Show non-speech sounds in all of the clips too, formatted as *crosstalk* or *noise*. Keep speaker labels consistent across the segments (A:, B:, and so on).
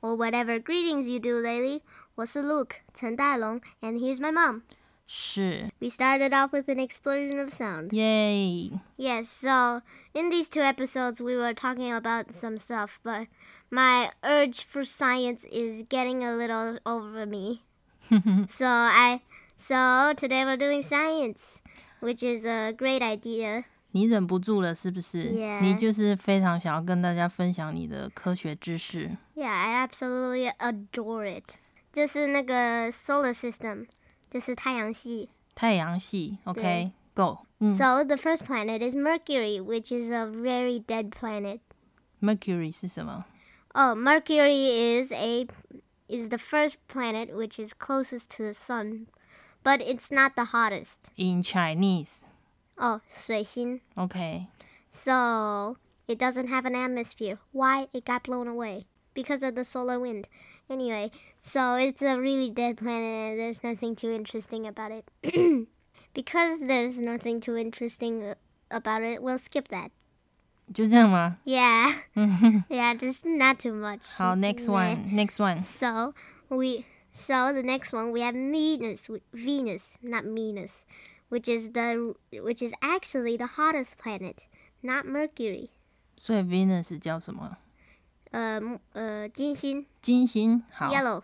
A: Whatever greetings you do lately，我是 Luke 陈大龙，and here's my mom。
B: 是
A: We started off with an explosion of sound.
B: 耶。
A: Yes, so in these two episodes, we were talking about some stuff, but my urge for science is getting a little over me. so I, so today we're doing science, which is a great idea.
B: 你忍不住了是不是
A: Yeah
B: 你就是非常想要跟大家分享你的科学知识。
A: Yeah, I absolutely adore it. 就是那个 solar system, 就是太阳系。
B: 太阳系
A: 对
B: ，OK，Go，、嗯
A: So the first planet is Mercury, which is a very dead planet.
B: ，Mercury 是什么？
A: Oh, Mercury is a is the first planet which is closest to the sun, but it's not the hottest.
B: In Chinese。
A: Oh, 水星.
B: OK，
A: So it doesn't have an atmosphere. Why it got blown away? Because of the solar wind. Anyway, so it's a really dead planet and there's nothing too interesting about it. *clears throat* because there's nothing too interesting uh, about it, we'll skip that.
B: 就这样吗？ *laughs*
A: Yeah. *laughs*
B: 嗯哼，
A: Yeah, just not too much.
B: 好，Next
A: Meh.
B: one，Next one，
A: So we so the next one we have Venus, w- Venus, not Venus, which is the which is actually the hottest planet, not Mercury.
B: 所以 Venus 叫什么？
A: Uh, m- uh, 金星
B: 金星。好
A: yellow,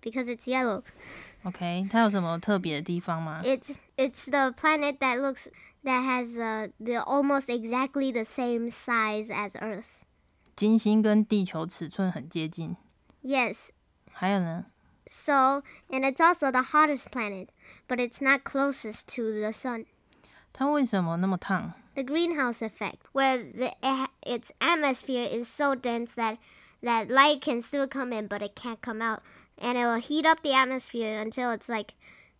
A: because it's yellow.
B: ，OK，它有什么特别的地方吗？
A: It's it's the planet that looks that has uh, the almost exactly the same size as Earth.
B: 金星跟地球尺寸很接近。
A: Yes.
B: 还有呢？
A: So and it's also the hottest planet, but it's not closest to the sun.
B: 它为什么那么烫？
A: the greenhouse effect, where the, it, ha- its atmosphere is so dense that that light can still come in, but it can't come out, and it will heat up the atmosphere until it's like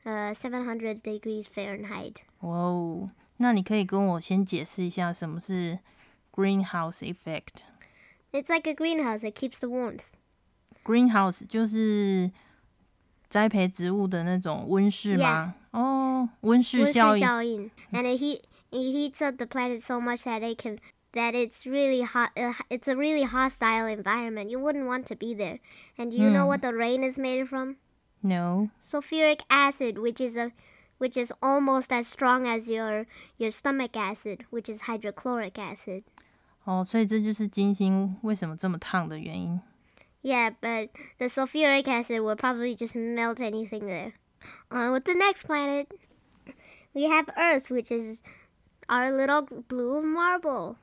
A: uh, 700 degrees Fahrenheit.
B: 哇哦，那你可以跟我先解释一下什么是 greenhouse effect。
A: It's like a greenhouse; it keeps the warmth.
B: Greenhouse 就是栽培植物的那种温室吗？哦，温室效应。
A: 温室效应. And it heat it heats up the planet so much that it can that it's really hot. Uh, it's a really hostile environment. You wouldn't want to be there. And do you know
B: Hmm.
A: what the rain is made from?
B: No，
A: sulfuric acid, which is a which is almost as strong as your your stomach acid, which is hydrochloric acid.
B: 哦，所以这就是金星为什么这么烫的原因。
A: Yeah, but the sulfuric acid will probably just melt anything there. On with the next planet, we have Earth, which is our little blue marble.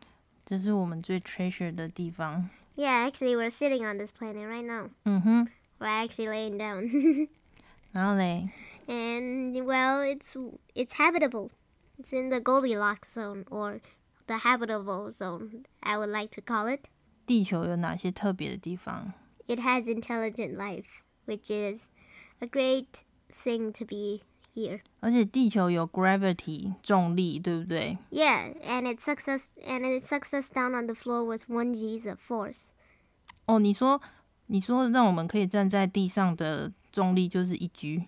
B: 这是我们最 treasure 的地方。
A: Yeah, actually, we're sitting on this planet right now.
B: 嗯哼，
A: We're actually laying down, *laughs*
B: 然后嘞，
A: and well, it's it's habitable. It's in the Goldilocks zone or the habitable zone, I would like to call it.
B: 地球有哪些特别的地方？
A: it has intelligent life, which is a great thing to be here.
B: 而且地球有 gravity 重力，对不对？
A: Yeah, and it sucks us and it sucks us down on the floor with one g's of force.
B: 哦，你说，你说让我们可以站在地上的重力就是一 g。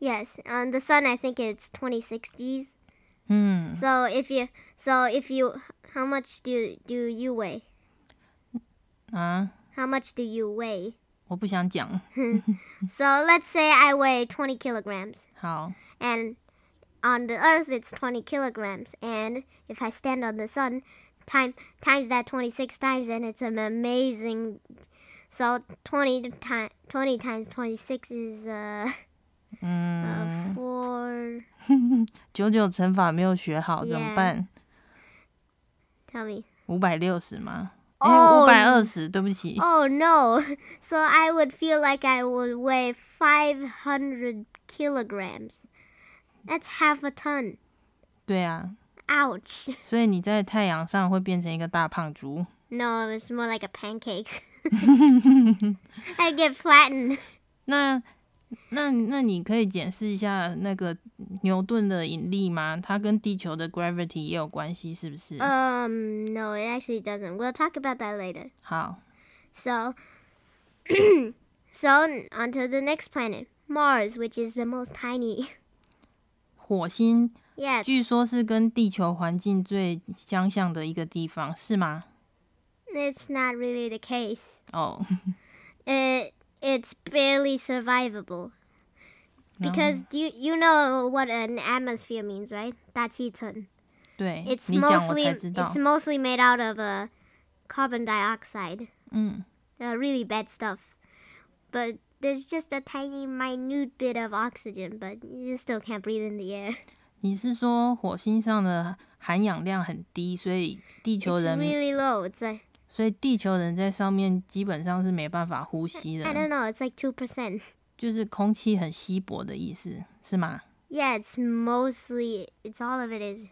A: Yes, on the sun I think it's 26 g's.
B: 嗯，
A: So if you so if you how much do do you weigh?
B: 啊，
A: How much do you weigh?
B: 我不想讲。
A: So let's say I weigh 20 kilograms
B: 好，
A: and on the earth it's 20 kilograms and if i stand on the sun time times that 26 times and it's an amazing so 20 times 20 times 26 is uh,
B: 嗯，
A: uh 4
B: 九九乘法没有学好
A: Yeah
B: 怎么办？
A: tell me
B: 五百六十吗？哎、
A: 哦
B: 五百二十，对不起。
A: oh no *laughs* so i would feel like i would weigh 500 kilograms that's half a ton
B: 对啊，
A: ouch *laughs*
B: 所以你在太阳上会变成一个大胖猪。
A: no it's more like a pancake *laughs* i get flattened
B: 那那那你可以解释一下那个牛顿的引力吗？它跟地球的 gravity 也有关系，是不是？
A: Um, no, it actually doesn't. We'll talk about that later.
B: 好，
A: So, *clears throat* so on to the next planet, Mars, which is the most tiny. *laughs*
B: 火星
A: Yes.
B: 据说是跟地球环境最相像的一个地方，是吗？
A: It's not really the case.
B: 哦，
A: it it's barely survivable
B: *laughs* 然后
A: because you you know what an atmosphere means, right? 大气层.
B: 对
A: It's
B: 你讲我才
A: mostly
B: 知道
A: it's，mostly made out of uh, carbon dioxide,
B: 嗯
A: uh, really bad stuff. But there's just a tiny, minute bit of oxygen, but you still can't breathe in the air.
B: 你是说火星上的含氧量很低，所以地球
A: It's
B: 人，
A: really low. It's like
B: 所以地球人在上面基本上是没办法呼吸
A: I
B: 的，
A: don't know. It's like two percent. *laughs*
B: 就是空气很稀薄的意思，是吗？
A: Yeah, it's mostly it's all of it is,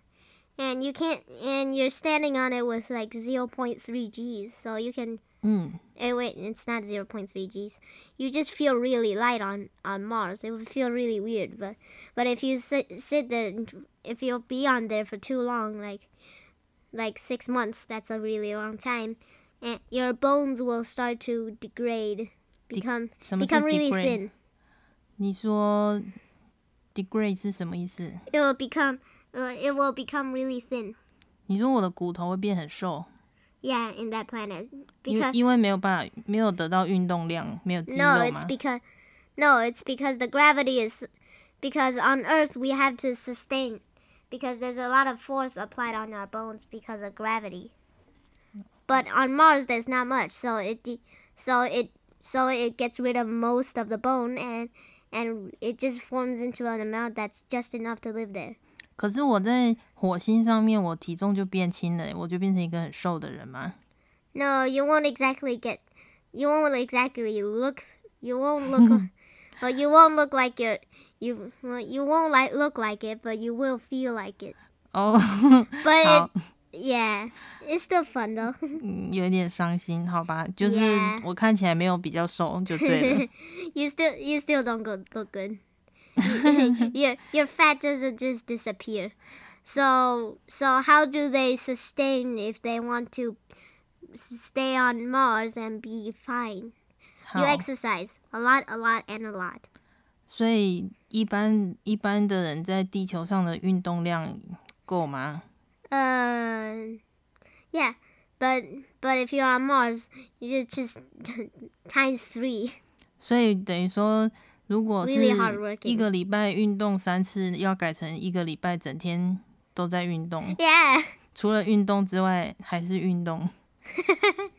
A: and you can't and you're standing on it with like zero point three G's, so you can.
B: 嗯，
A: Eh, wait, it's not zero point three G's. You just feel really light on on Mars. It would feel really weird, but but if you sit sit there, and- if you'll be on there for too long, like like six months, that's a really long time. And your bones will start to degrade, become
B: 什么是
A: become really
B: degrade？
A: thin.
B: 你说 degrade 是什么意思？
A: It will become uh, it will become really thin.
B: 你说我的骨头会变很瘦，
A: Yeah, in that planet
B: 因为
A: because
B: 因为没有办法，没有得到运动量，没有肌肉
A: no, it's
B: 嘛？
A: because no, it's because the gravity is because on Earth we have to sustain because there's a lot of force applied on our bones because of gravity. But on Mars there's not much, so it de- so it so it gets rid of most of the bone and and it just forms into an amount that's just enough to live there.
B: 可是我在火星上面，我体重就变轻了，我就变成一个很瘦的人嘛。
A: No, you won't exactly get. You won't exactly look. You won't look. li- well, you won't look like you're. You well, you won't like look like it, but you will feel like it.
B: 哦、
A: But
B: 好
A: it,，yeah, it's still fun though. *laughs*
B: 嗯，有点伤心，好吧，就是
A: Yeah
B: 我看起来没有比较
A: *laughs*
B: 瘦就对了。
A: you still you still don't go, look good. You- your your fat doesn't just disappear. So so how do they sustain if they want to s- stay on Mars and be fine?
B: 好
A: You，exercise a lot, a lot, and a lot.
B: 所以一般一般的人在地球上的运动量够吗？
A: Uh, yeah, but but if you're on Mars, you just just *laughs* times three. *laughs*
B: 所以等于说，如果
A: Really hard
B: 是
A: working
B: 一个礼拜运动三次，要改成一个礼拜整天都在运动，
A: Yeah,
B: 除了运动之外还是运
A: *laughs*
B: 动，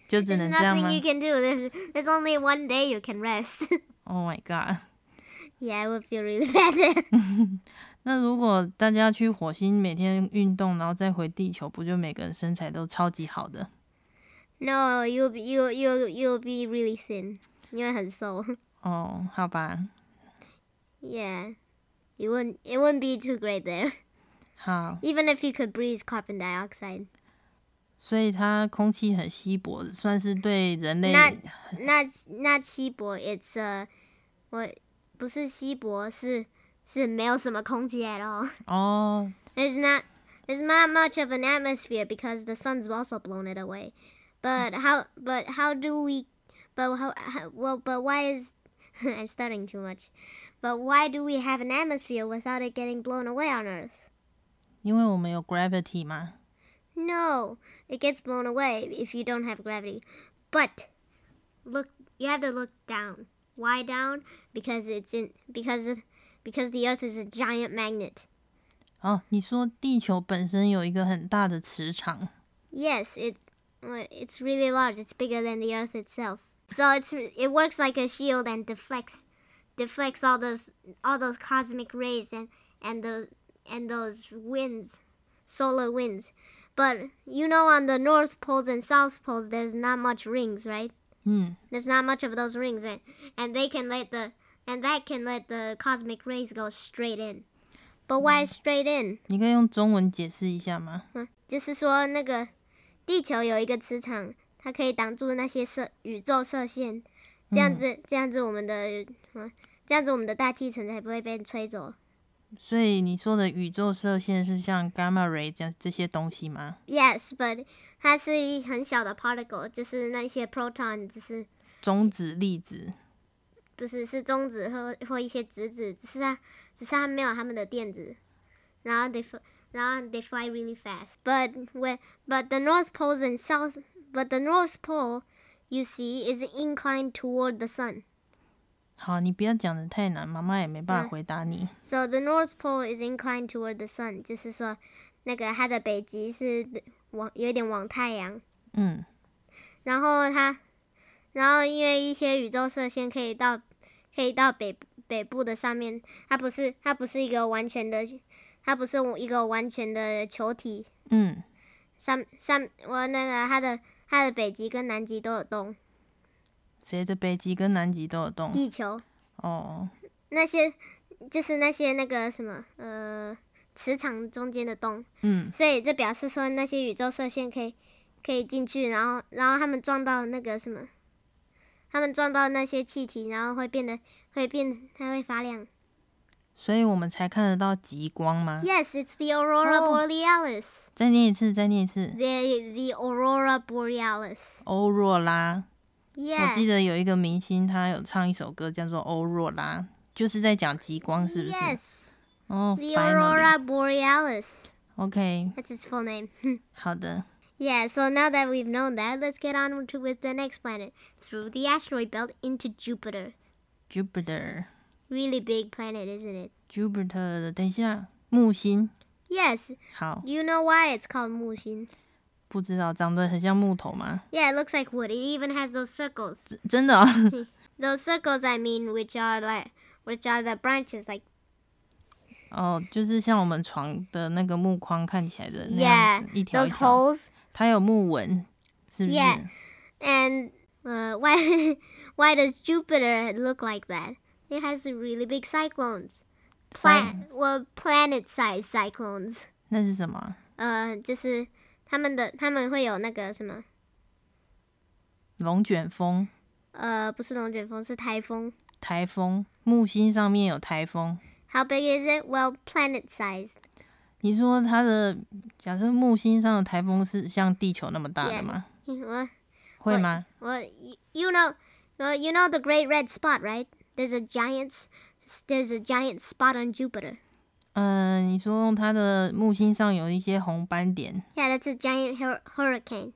B: 就只
A: there's
B: 能这样
A: nothing
B: 吗
A: you can do. There's, there's only one day you can rest. *laughs*
B: ？Oh my god！ *laughs*
A: yeah, I would feel really *laughs* bad there.
B: 那如果大家去火星每天运动，然后再回地球，不就每个人身材都超级好的？
A: No, you'll be you you you'll be really thin. You're 很瘦.
B: 哦，好吧，
A: *laughs* Yeah, you wouldn't it wouldn't be too great there. *laughs*
B: 好，
A: Even if you could breathe carbon dioxide, *laughs*
B: 所以它空气很稀薄，算是对人类
A: 那 not not 稀薄, it's uh, what 不是稀薄，是是没有什么空气 at all.
B: 哦，
A: There's not there's not much of an atmosphere because the sun's also blown it away. But how but how do we but how, how well but why is *laughs* I'm studying too much. But why do we have an atmosphere without it getting blown away on Earth?
B: 因为我们有 gravity 嘛，
A: No, it gets blown away if you don't have gravity. But look, you have to look down. Why down? Because it's in because it- because the Earth is a giant magnet.
B: 哦，你说地球本身有一个很大的磁场，
A: Yes, it well, it's really large. It's bigger than the Earth itself. So it's it works like a shield and deflects deflects all those all those cosmic rays and and those and those winds, solar winds. But you know, on the north poles and south poles, there's not much rings, right?
B: 嗯，
A: There's not much of those rings, and and they can let the and that can let the cosmic rays go straight in. But why straight in?
B: 你可以用中文解释一下吗？
A: 就是说那个地球有一个磁场，它可以挡住那些射宇宙射线，这样子、这样子我们的嗯，这样子我们的大气层才不会被吹走。
B: 所以你说的宇宙射线是像 gamma ray 这样这些东西吗？
A: Yes，but 它是一很小的 particle，就是那些 proton，只是
B: 中子粒子，
A: 不是是中子或或一些质子，只是它只是它没有它们的电子，然后 they fl- 然后 they fly really fast. But when but the north poles and south but the north pole you see, is inclined toward the sun.
B: 好，你不要讲的太难，妈妈也没办法
A: 嗯
B: 回答你。
A: So the North Pole is inclined toward the sun，就是说，那个它的北极是往有一点往太阳，
B: 嗯，
A: 然后它，然后因为一些宇宙射线可以到，可以到北北部的上面，它不是它不是一个完全的，它不是一个完全的球体，
B: 嗯，
A: 上上我那个它的它的北极跟南极都有洞，
B: 谁的北极跟南极都有洞
A: 地球
B: 哦。
A: 那些就是那些那个什么呃磁场中间的洞。
B: 嗯，
A: 所以这表示说那些宇宙射线可以可以进去，然后然后他们撞到那个什么，他们撞到那些气体，然后会变得会变，它会发亮。
B: 所以我们才看得到极光吗？
A: Yes, it's the aurora
B: 哦
A: borealis.
B: 再念一次，再念一次。
A: The the aurora borealis.
B: 欧若拉，我记
A: Yes.
B: 得有一个明星，他有唱一首歌叫做《欧若拉》，就是在讲极光，是不 Oh，是
A: Yes.
B: 哦
A: The
B: finally
A: aurora borealis.
B: OK，
A: That's its full name. *laughs*
B: 好的。
A: Yeah, so now that we've known that, let's get on to with the next planet through the asteroid belt into Jupiter.
B: Jupiter，Jupiter，
A: Really big planet, isn't it?
B: 等一下，木星。
A: Yes,
B: 好，
A: You know why it's called 木星？
B: 不知道长得很像木头吗？
A: Yeah, it looks like wood. It even has those circles.
B: 真真
A: *laughs*
B: 的、哦，
A: Those circles, I mean, which are like, which are the branches, like
B: 哦，就是像我们床的那个木框看起来的那样
A: yeah,
B: 子一条一
A: those
B: 条，
A: holes.
B: 它有木纹，是不是
A: Yeah. And uh, *laughs* why, why does Jupiter look like that? It has really big cyclones. Pla-
B: Cyclones.
A: well, planet-sized cyclones.
B: 那是什么？
A: 呃，就是他们的他们会有那个什么，
B: 龙卷风、
A: 呃，不是龙卷风，是台风。
B: 台风，木星上面有台风。
A: How big is it? Well, planet-sized. *laughs*
B: 你说它的假设木星上的台风是像地球那么大的
A: Yeah.
B: 吗？
A: 我
B: 会吗？
A: Well, y- you know, well, you know the great red spot, right? There's a giant, s- there's a giant spot on Jupiter.
B: 嗯、你说它的木星上有一些红斑点，
A: Yeah, that's a giant hur- hurricane.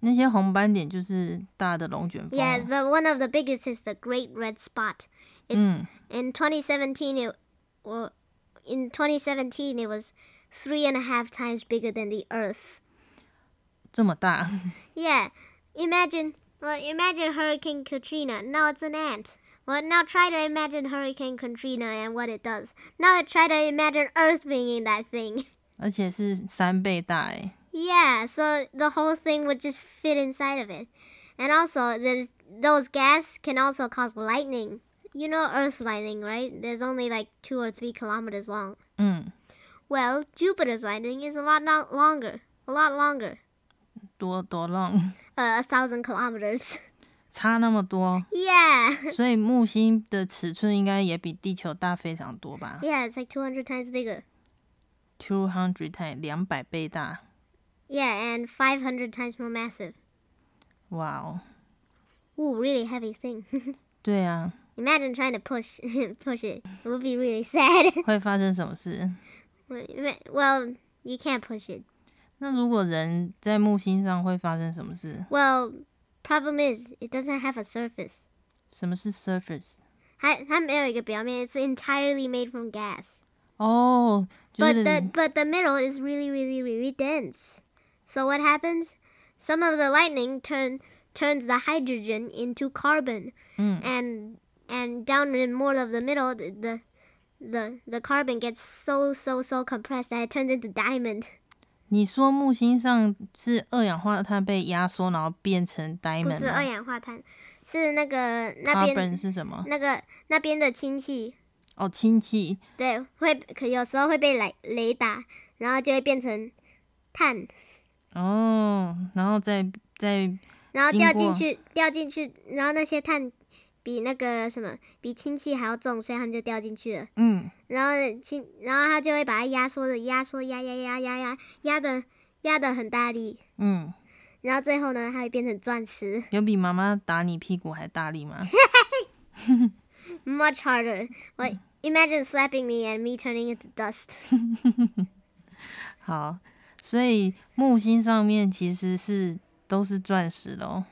B: 那些红斑点就是大的龙卷风。
A: Yes, but one of the biggest is the great red spot. It's
B: Mm.
A: in 2017. It, well, in 2017, it was three and a half times bigger than the Earth.
B: 这么大， *laughs*
A: Yeah, imagine. Well, imagine Hurricane Katrina. Now it's an ant. Well, now try to imagine Hurricane Katrina and what it does. Now try to imagine Earth being in that thing. *laughs*
B: 而且是三倍大哎。
A: Yeah, so the whole thing would just fit inside of it. And also, there's those gas can also cause lightning. You know Earth lightning, right? There's only like two or three kilometers long.
B: 嗯，
A: Well, Jupiter's lightning is a lot no- longer, a lot longer,
B: 多多浪
A: uh, a thousand kilometers. *laughs*
B: 差那么多，
A: yeah,
B: 所以木星的尺寸应该也比地球大非常多吧
A: yeah, it's like two hundred times bigger.
B: ？Two hundred time 两百倍大，
A: Yeah, and five hundred times more massive.
B: 哇哦！
A: Ooh, really heavy thing. *laughs*
B: 对啊，
A: Imagine trying to push *laughs* push it. It would be really sad. *laughs*
B: 会发生什么事？
A: well, you can't push it.
B: 那如果人在木星上会发生什么事？
A: Well, problem is, it doesn't have a surface.
B: 什么是 surface？
A: 它-它没有一个表面, It's entirely made from gas.
B: 哦，就
A: But
B: 是
A: the but the middle is really really really dense. So what happens? Some of the lightning turn turns the hydrogen into carbon.
B: Mm.
A: And and down in more of the middle, the the the, the carbon gets so so so compressed that it turns into diamond.
B: 你说木星上是二氧化碳被压缩，然后变成
A: *laughs*
B: diamond 吗？Carbon
A: 不是二氧化碳，是那个那边
B: 是什么？
A: 那个那边的氢气，
B: 哦，氢气。
A: 对，会可有时候会被雷雷打，然后就会变成碳，
B: 哦，然后再再
A: 然后
B: 经
A: 掉
B: 过
A: 进去，掉进去，然后那些碳比那个什么比氢气还要重，所以它们就掉进去了。
B: 嗯，
A: 然后氢，然后它就会把它压缩的压缩压压压压压压的压的很大力，
B: 嗯，
A: 然后最后呢，它会变成钻石
B: 有比妈妈打你屁股还大力吗？
A: ，much
B: *laughs*
A: harder。我
B: 嗯
A: imagine slapping me and me turning into dust。 *laughs*
B: 好，所以木星上面其实是都是钻石咯。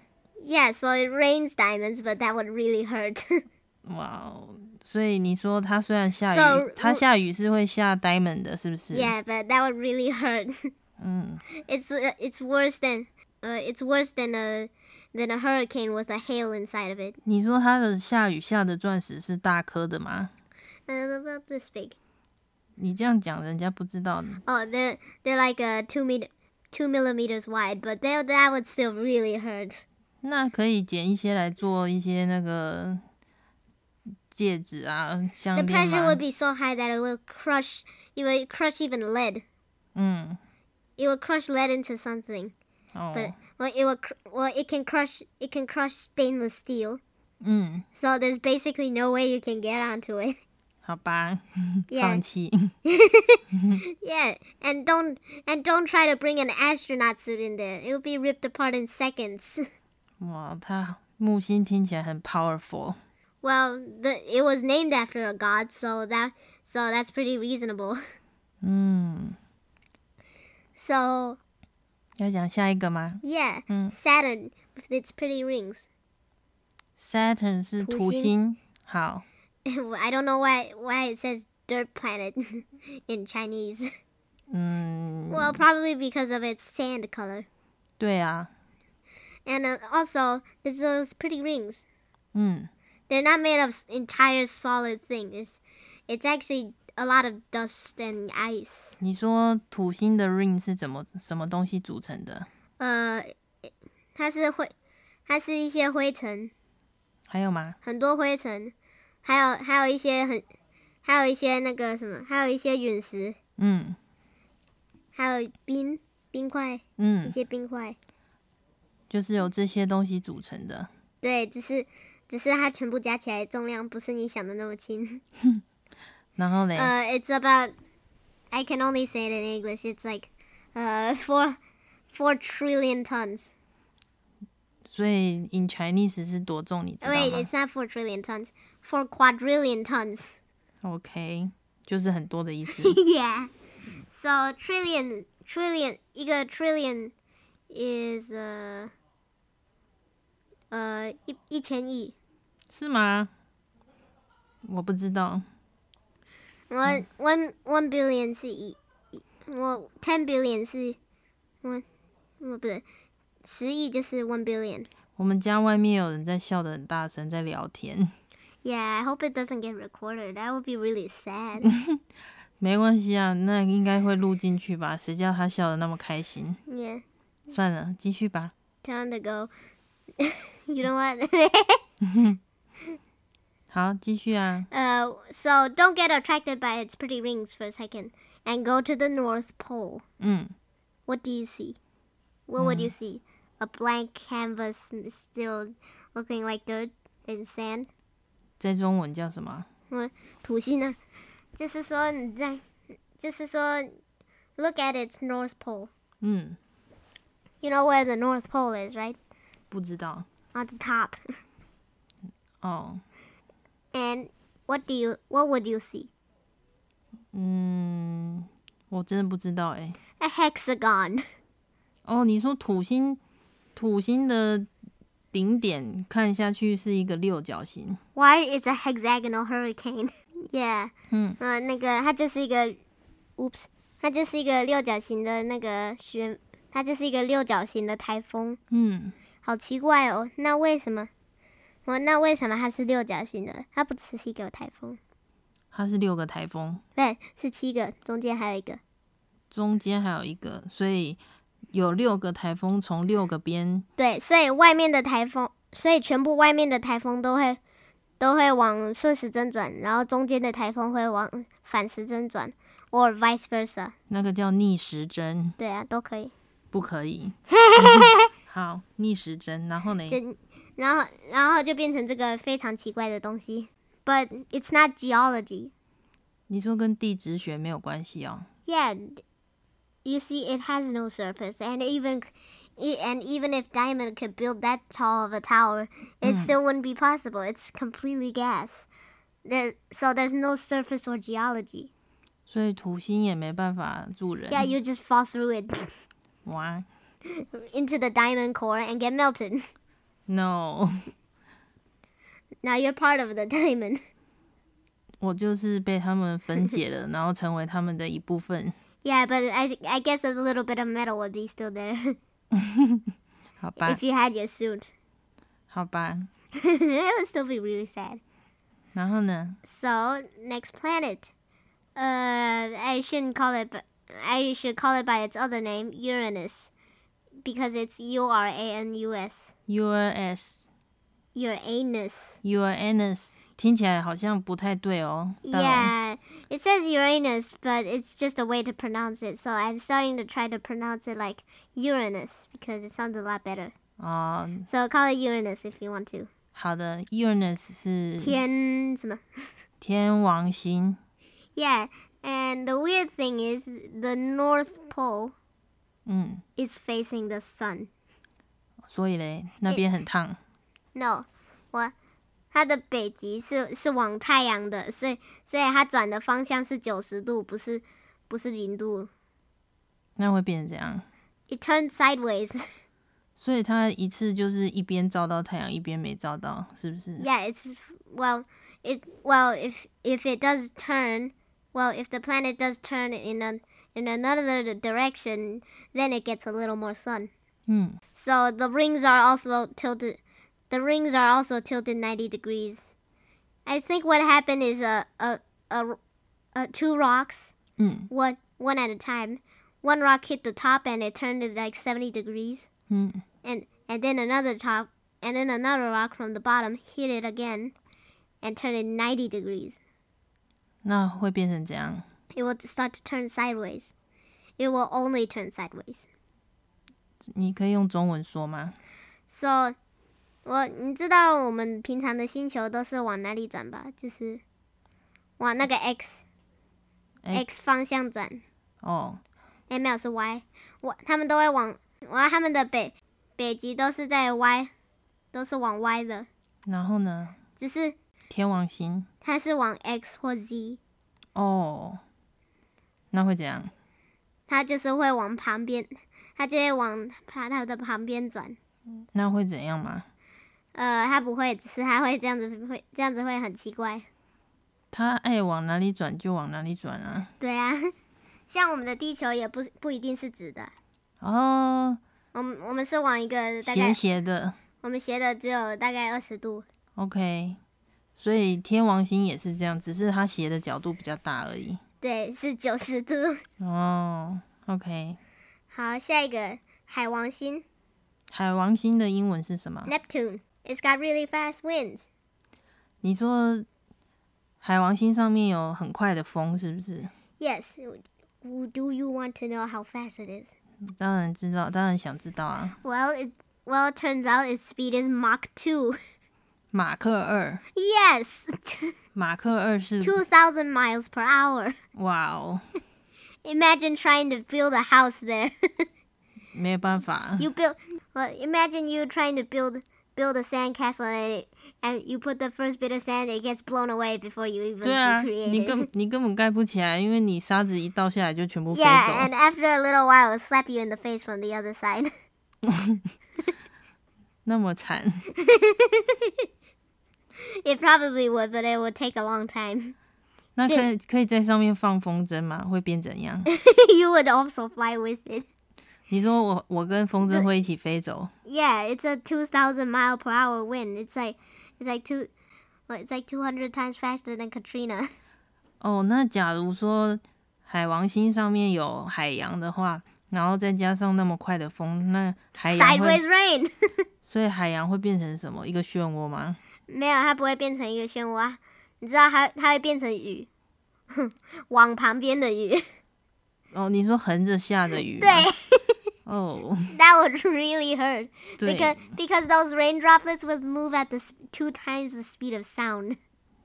A: Yeah, so it rains diamonds, but that would really hurt. *laughs*
B: 哇哦！所以你说它虽然下雨
A: So-
B: 它下雨是会下 diamond 的，是不是
A: yeah, but that would really hurt.
B: 嗯
A: *laughs* It's uh, it's worse than uh, it's worse than a than a hurricane with a hail inside of it.
B: 你说它的下雨下的钻石是大颗的吗？
A: Uh, about this big.
B: 你这样讲，人家不知道的。
A: Oh, they're they're like uh, two meter two millimeters wide, but that that would still really hurt.
B: 那可以捡一些来做一些那个戒指啊、项
A: The
B: 链
A: pressure
B: 吗
A: would？be so high that it will crush it will crush even lead.
B: 嗯，
A: It will crush lead into something.
B: 哦，
A: But well, it will cr- well it can crush it can crush stainless steel.
B: 嗯，
A: So there's basically no way you can get onto it. *laughs*
B: 好吧， *laughs*
A: Yeah,
B: 放弃。
A: yeah, and don't and don't try to bring an astronaut suit in there. It will be ripped apart in seconds. *laughs*
B: 哇，它木星听起来很 powerful。
A: Well, the it was named after a god, so that so that's pretty reasonable. *laughs*
B: 嗯，
A: So
B: 要讲下一个吗
A: yeah,
B: Mm.
A: Saturn with its pretty rings. *laughs*
B: ？Saturn 是
A: 土
B: 土星。好，
A: I don't know why why it says dirt planet *laughs* in Chinese. *laughs*
B: 嗯，
A: Well, probably because of its sand color.
B: 对啊，
A: And uh, also, there's those pretty rings.
B: 嗯，
A: They're not made of s- entire solid thing. It's, it's actually a lot of dust and ice.
B: 你说土星的 ring 是怎么什么东西组成的？
A: 呃，它是灰，它是一些灰尘，
B: 还有吗？
A: 很多灰尘，还有还有一些很，还有一些那个什么，还有一些陨石，
B: 嗯
A: 还有冰冰块，一
B: 嗯，
A: 些冰块。
B: 就是由这些东西组成的。
A: 对，只是只是它全部加起来重量不是你想的那么轻。
B: 然后嘞，
A: Uh, it's about. I can only say it in English. It's like, uh, four, four trillion tons.
B: 所以 in Chinese 是多重，你知
A: Oh,
B: 道
A: wait,
B: 吗
A: it's not four trillion tons. Four quadrillion tons.
B: ？OK，就是很多的意思。
A: yeah. So trillion, trillion, 一个 trillion is uh, uh, 一一千亿。
B: 是吗？我不知道。
A: One one one billion 是一，我 ten billion 是，我我不是，十亿就是 one billion。
B: 我们家外面有人在笑得很大声，在聊天。
A: Yeah, I hope it doesn't get recorded. That would be really sad.
B: 没关系啊，那应该会录进去吧？谁叫他笑得那么开心？
A: yeah,
B: 算了，继续吧。
A: tell him to go. *laughs* you know what? *laughs*
B: 好，继续啊。
A: uh, so don't get attracted by its pretty rings for a second, and go to the North Pole.
B: 嗯，
A: What do you see? What would you see? A blank canvas m- still looking like dirt and sand.
B: 在中文叫什么？
A: 土星呢？就是说你在，就是说 look at its North Pole.
B: 嗯，
A: You know where the North Pole is, right?
B: 不知道。
A: On the top. *laughs*
B: 哦，
A: And what do you what would you see?
B: 嗯，我真的不知道哎、
A: A hexagon.
B: 哦，你说土星，土星的顶点看下去是一个六角形。
A: Why is a hexagonal hurricane? *laughs* yeah.
B: 嗯。
A: 呃，那个它就是一个 oops，它就是一个六角形的那个旋，它就是一个六角形的台风。
B: 嗯，
A: 好奇怪哦，那为什么？我那为什么它是六角形的？它不只是一个台风，
B: 它是六个台风，
A: 对，是七个，中间还有一个。
B: 中间还有一个，所以有六个台风从六个边。
A: 对，所以外面的台风，所以全部外面的台风都会都会往顺时针转，然后中间的台风会往反时针转，or vice versa。
B: 那个叫逆时针，
A: 对啊，都可以。
B: 不可以。 *laughs* 好，逆时针，然后呢？
A: 就然后然后就变成这个非常奇怪的东西。But it's not geology.
B: 你说跟地质学没有关系哦。
A: Yeah, d- you see, it has no surface, and even e- and even if Diamond could build that tall of a tower, it still wouldn't be possible. It's completely gas. There, so there's no surface or geology.
B: 所以土星也没办法住人。
A: Yeah, you just fall through it *laughs*
B: 哇，
A: into the diamond core and get melted. *laughs*
B: No， *laughs*
A: Now you're part of the diamond. *laughs*
B: 我就是被他们分解了，然后成为他们的一部分。
A: Yeah, but I th- I guess a little bit of metal would be still there *laughs*
B: 好吧
A: if，you had your suit.
B: 好吧。
A: *laughs* it would still be really sad.
B: 然后呢？
A: So next planet, uh, I shouldn't call it, but I should call it by its other name, Uranus, because it's U R A N U S.
B: Uranus
A: Uranus.
B: Uranus 听起来好像不太对哦。大龙
A: Yeah, it says Uranus, but it's just a way to pronounce it. So I'm starting to try to pronounce it like Uranus because it sounds a lot better.
B: 哦，
A: So call it Uranus if you want to.
B: 好的，Uranus 是
A: 天什么
B: 天王星。
A: ？Yeah, and the weird thing is the North Pole
B: 嗯，
A: is facing the sun.
B: 所以嘞，那边很烫。
A: No，我它的北极是是往太阳的，所以所以它转的方向是九十度，不是不是零度。
B: 那会变成怎样？
A: It turns sideways. *laughs*
B: 所以它一次就是一边照到太阳，一边没照到，是不是
A: Yeah, it's well, it well if if it does turn, well if the planet does turn in a in another direction, then it gets a little more sun.
B: 嗯，
A: So the rings are also tilted. The rings are also tilted 90 degrees. I think what happened is a a a, a two rocks,
B: 嗯
A: one one at a time. One rock hit the top and it turned it like 70 degrees
B: 嗯，
A: and and then another top and then another rock from the bottom hit it again and turned it 90 degrees
B: 那会变成怎样？
A: it will start to turn sideways it will only turn sideways
B: 你可以用中文说吗？
A: so 我你知道我们平常的星球都是往哪里转吧？就是往那个 x x 方向转，
B: 哦，
A: 哎，没有是 y，我他们都会往，我他们的北北极都是在 y，都是往 y 的，
B: 然后呢？
A: 只是
B: 天王星
A: 它是往 x 或 z，
B: 哦，那会怎样？
A: 它就是会往旁边，它就会往它它的旁边转。
B: 那会怎样嘛？
A: 呃，它不会，只是它会这样子，会这样子会很奇怪。
B: 它爱哎往哪里转就往哪里转啊。
A: 对啊， *laughs* 像我们的地球也不不一定是直的，
B: 哦，
A: 我们我们是往一个大
B: 斜
A: 概
B: 斜的
A: 我们斜的只有大概二十度。 *laughs*
B: ，OK。所以天王星也是这样，只是它斜的角度比较大而已。
A: 对，是九十度。
B: 哦，OK。
A: 好，下一个海王星
B: 海王星的英文是什么？
A: Neptune。It's got really fast winds.
B: 你说海王星上面有很快的风，是不是？
A: Yes. Do you want to know how fast it is?
B: 当然知道，当然想知道啊。
A: Well, it well it turns out its speed is Mach 2.
B: 马克二，
A: *laughs* Yes. *laughs*
B: 马克二是
A: 2,000 miles per hour.
B: 哇哦，
A: Imagine trying to build a house there. *laughs*
B: 没有办法，
A: you build. Well, imagine you trying to build build a sandcastle and it, and you put the first bit of sand, it gets blown away before you even
B: 对啊，你
A: create
B: 根
A: it.
B: 你根本盖不起来，因为你沙子一倒下来就全部飞
A: *laughs* Yeah,
B: 走。
A: and after a little while, it'll slap you in the face from the other side. *laughs*
B: 那么惨，
A: it probably would, but it would take a long time. *laughs*
B: 那
A: 是
B: 可以可以在上面放风筝吗？会变怎样？
A: you would also fly with it.
B: 你说我我跟风筝会一起飞走，
A: Yeah, it's a 2,000 mile per hour wind. It's like it's like two, well, it's like 200 times faster than Katrina.
B: 哦，那假如说海王星上面有海洋的话，然后再加上那么快的风，那海洋
A: *laughs* Sideways
B: 会，
A: rain.
B: 所以海洋会变成什么？一个漩涡吗？
A: 没有，它不会变成一个漩涡，你知道它它会变成雨， *laughs* 往旁边的雨。
B: 哦，你说横着下的雨？
A: 对。
B: 哦，
A: That would really hurt
B: 对，
A: because because those rain droplets would move at the s- two times the speed of sound.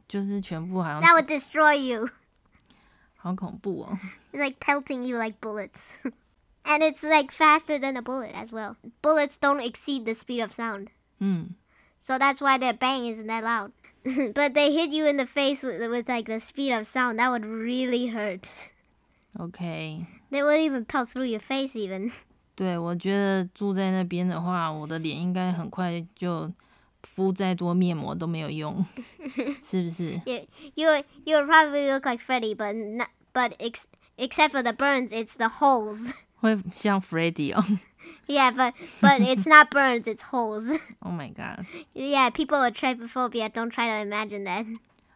B: 就是全部好
A: That
B: 像
A: would destroy you.
B: 好恐怖哦。
A: It's like pelting you like bullets. *laughs* And it's like faster than a bullet as well. Bullets don't exceed the speed of sound.
B: 嗯，
A: So that's why their bang isn't that loud. *laughs* but they hit you in the face with, with like the speed of sound. That would really hurt. *laughs*
B: OK，
A: They would even pelt through your face even.
B: 对，我觉得住在那边的话，我的脸应该很快就敷再多面膜都没有
A: *laughs*
B: 用，是不是？
A: You you would probably look like Freddy, but not, but ex, except for the burns, it's the holes. *laughs*
B: 会像 Freddy 哦 *laughs*
A: yeah, but but it's not burns, it's holes. *laughs*
B: ，Oh my god！
A: yeah, people with trypophobia don't try to imagine that.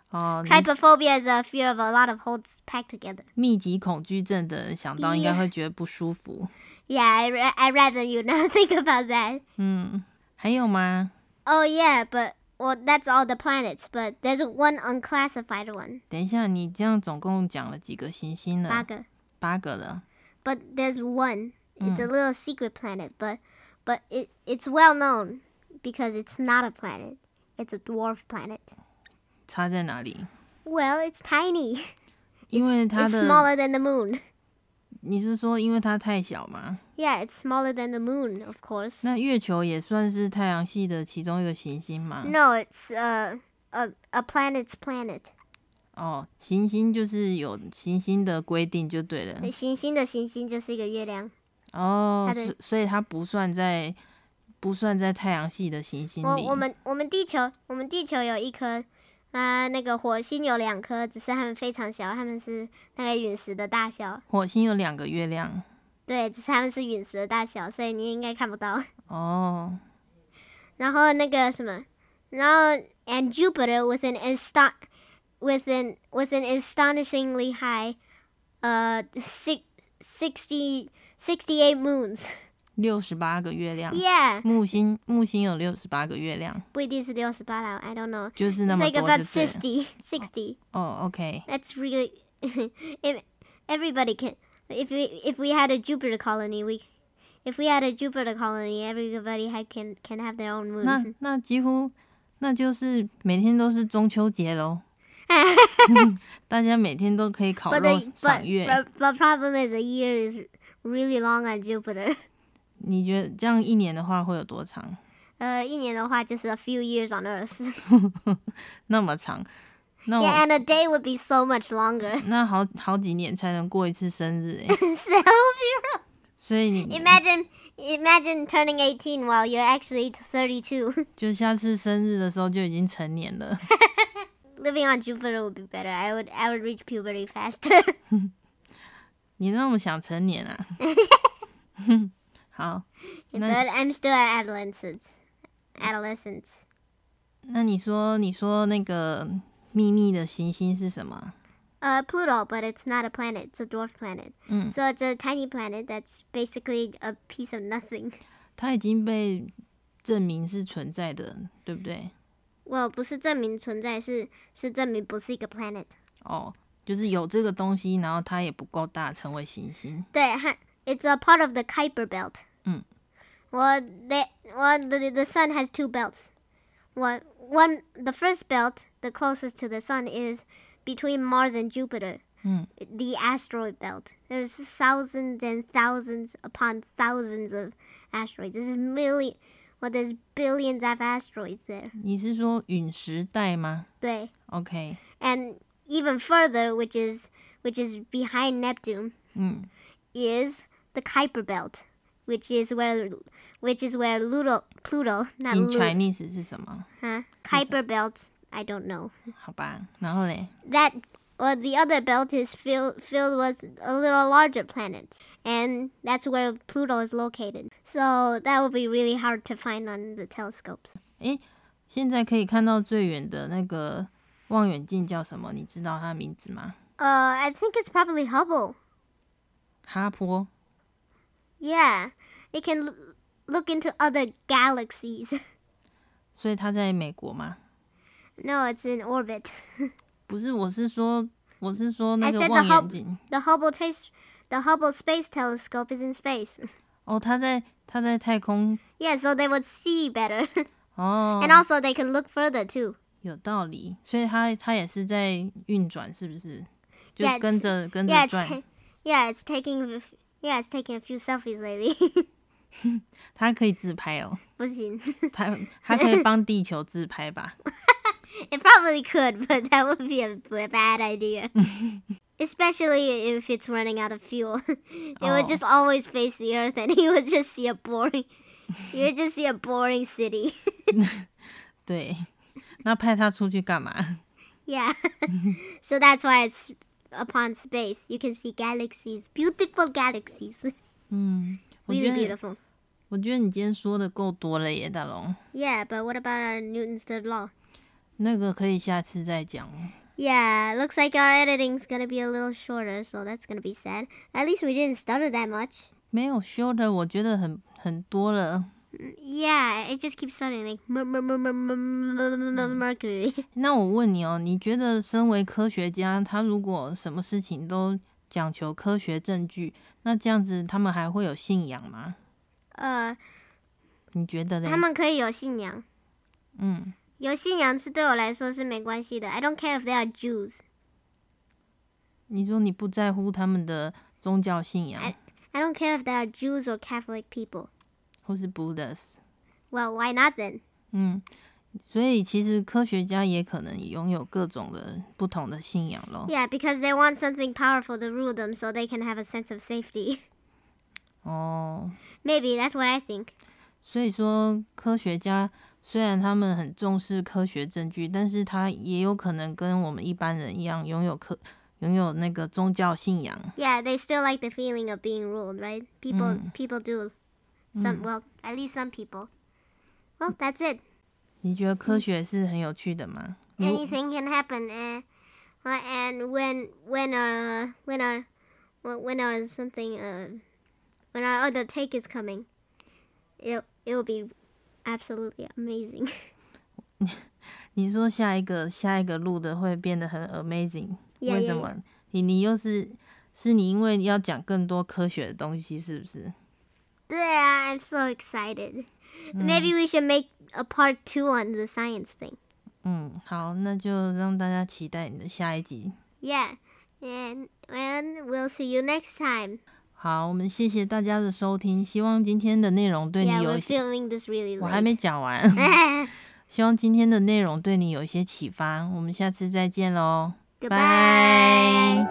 B: 哦，你
A: Trypophobia is a fear of a lot of holes packed together.
B: 密集恐惧症的人想到应该会觉得不舒服。
A: Yeah, I ra- I rather you *laughs* not think about that.
B: 嗯，还有吗？
A: Oh yeah, but well that's all the planets, but there's one unclassified one,
B: 等一下，你这样总共讲了几个行星呢？
A: Baga.
B: 八个了。
A: But there's one. It's a little secret planet, but but it it's well known because it's not a planet. It's a dwarf planet.
B: 差在哪里？
A: Well, it's tiny.
B: 因为它
A: *laughs* It's
B: 的
A: smaller than the moon. *laughs*
B: 你是说因为它太小吗？
A: Yeah, it's smaller than the moon, of course.
B: 那月球也算是太阳系的其中一个行星吗？
A: No, it's uh, a a planet's planet.
B: 哦，行星就是有行星的规定就对了。
A: 行星的行星就是一个月亮。
B: 哦
A: 它，的
B: 所所以它不算在不算在太阳系的行星
A: 我
B: 里。
A: 哦我们我们地球我们地球有一颗，啊、那个火星有两颗，只是它们非常小，它们是大概陨石的大小。
B: 火星有两个月亮。
A: 对，只是它们是陨石的大小，所以你应该看不到。 *laughs*
B: 哦，
A: 然后那个什么，然后 and Jupiter with an aston with an with an astonishingly high，呃、six sixty sixty eight moons。
B: 六十八个月亮。
A: Yeah，
B: 木星木星有六十八个月亮，
A: 不一定是六十八啦，I don't know。
B: 就是那
A: It's
B: 么多
A: like
B: 就对
A: about
B: 了。
A: sixty sixty. *laughs*
B: 哦，OK，
A: That's really *laughs* if everybody can if we if we had a Jupiter colony we if we had a Jupiter colony everybody had, can can have their own
B: 那
A: moon.
B: 那几乎那就是每天都是中秋节
A: *laughs*
B: 喽。大家每天都可以烤
A: But
B: 肉
A: the but,
B: 赏月，
A: but but problem is a year is really long on Jupiter. *laughs*
B: 你觉得这样一年的话会有多长？
A: Uh, 呃，一年的话就是 a few years on Earth. *laughs*
B: *laughs* 那么长，那我
A: Yeah, and a day would be so much longer. *laughs*
B: 那好好几年才能过一次生日哎，
A: so
B: *laughs* 所以你
A: imagine imagine turning 18 while you're actually 32.
B: 就下次生日的时候就已经成年了。
A: *laughs*
B: *laughs*
A: Living on Jupiter would be better. I would I would reach puberty faster. *laughs*
B: 你那么想成年啊？ *laughs* 好，那
A: But I'm still at adolescence. Adolescence.
B: 那你说你说那个秘密的行星是什么？
A: Uh, Pluto, but it's not a planet. It's a dwarf planet. So it's a tiny planet that's basically a piece of nothing.
B: 它已经被证明是存在的，对不对？
A: Well, 不是证明存在，是是证明不是一个 planet。
B: 哦，就是有这个东西，然后它也不够大成为行星。
A: 对，它，it's a part of the Kuiper belt.
B: 嗯。
A: Well, they, well, the the sun has two belts. One, one, the first belt, the closest to the sun, is between Mars and Jupiter.
B: 嗯
A: the asteroid belt. There's thousands and thousands upon thousands of asteroids. There's million, well, there's billions of asteroids there.
B: 你是说陨石带吗
A: 对
B: ？OK，
A: and even further, which is which is behind Neptune,
B: 嗯
A: is the Kuiper belt, which is where which is where Ludo, Pluto, not
B: ，In
A: Ludo,
B: Chinese 是什么？
A: huh? Kuiper belt. I don't know.
B: 好吧，然后嘞，
A: that or the other belt is filled filled with a little larger planets, and that's where Pluto is located. So that would be really hard to find on the telescopes.
B: 诶，现在可以看到最远的那个望远镜叫什么？你知道它的名字吗？
A: Uh, I think it's probably Hubble.
B: 哈波。
A: Yeah, it can l- look into other galaxies. *laughs*
B: 所以它在美国吗？
A: no, it's in orbit. *laughs*
B: 不是，我是说，我是说那
A: I
B: 个
A: said the
B: 望远
A: Hub-
B: 镜。
A: The Hubble space, the Hubble Space Telescope is in space. *laughs*
B: 哦，它在它在太空
A: yeah, so they would see better, *laughs*
B: 哦
A: and，also they can look further too.
B: 有道理。所以它它也是在运转，是不是？就
A: Yeah, it's-
B: 跟着跟
A: Yeah,
B: 着转
A: it's ta-，yeah, it's taking a f- yeah, it's taking a few selfies lately. *laughs*
B: 它可以自拍哦，
A: *laughs* 不行.
B: 它它可以帮地球自拍吧？
A: *laughs* it probably could, but that would be a b- bad idea. especially if it's running out of fuel. *laughs* it
B: Oh.
A: would just always face the earth, and *laughs* you would just see a boring, you would just see a boring city.
B: 对，那派他出去干嘛？
A: yeah, *laughs* so that's why it's upon space. You can see galaxies, beautiful galaxies, *laughs*
B: 嗯，我
A: really
B: 觉得
A: beautiful.
B: 我觉得你今天说的够多了耶，大龙。
A: Yeah, but what about uh, Newton's third law?
B: 那个可以下次再讲。哦
A: Yeah, looks like our editing's gonna be a little shorter, so that's gonna be sad. At least we didn't stutter that much.
B: 没有修的，我觉得很很多了。
A: Yeah, it just keeps starting like mer- mer- mer- mer- mer- mer- mer- mer- mercury. *laughs*
B: 那我问你哦，你觉得身为科学家，他如果什么事情都讲求科学证据，那这样子他们还会有信仰吗？
A: 呃，
B: 你觉得嘞
A: Uh, 他？们可以有信仰，
B: 嗯，
A: 有信仰是对我来说是没关系的。I don't care if they are Jews.
B: 你说你不在乎他们的宗教信仰，
A: I don't care if they are Jews or Catholic people.
B: 或是 Buddhas？
A: Well, why not then?
B: 嗯，所以其实科学家也可能拥有各种的不同的信仰咯。
A: Yeah, because they want something powerful to rule them so they can have a sense of safety. *laughs*
B: 哦，
A: Maybe that's what I think.
B: 所以说，科学家虽然他们很重视科学证据，但是他也有可能跟我们一般人一样，拥有科拥有那个宗教信仰。
A: Yeah, they still like the feeling of being ruled, right? People people do. Some well, at least some people. Well, that's it.
B: 你觉得
A: 嗯
B: 科学是很有趣的吗？你
A: anything can happen and uh, and when when uh when our when when our something uh when our other take is coming it it will be absolutely amazing *laughs*
B: 你说下一个下一个录的会变得很 amazing，
A: Yeah,
B: 为什
A: yeah,
B: 么？你你又是是你因为要讲更多科学的东西，是不是？
A: yeah i'm so excited maybe we should make a part two on the science thing
B: 嗯，好，那就让大家期待你的下一集。
A: yeah and and we'll see you next time
B: 好，我们谢谢大家的收听，希望今天的内容对你
A: yeah
B: 有
A: we're
B: 一些，
A: filming this really
B: 我还没
A: late *laughs*
B: 讲完， *laughs* 希望今天的内容对你有一些启发。我们下次再见喽，
A: goodbye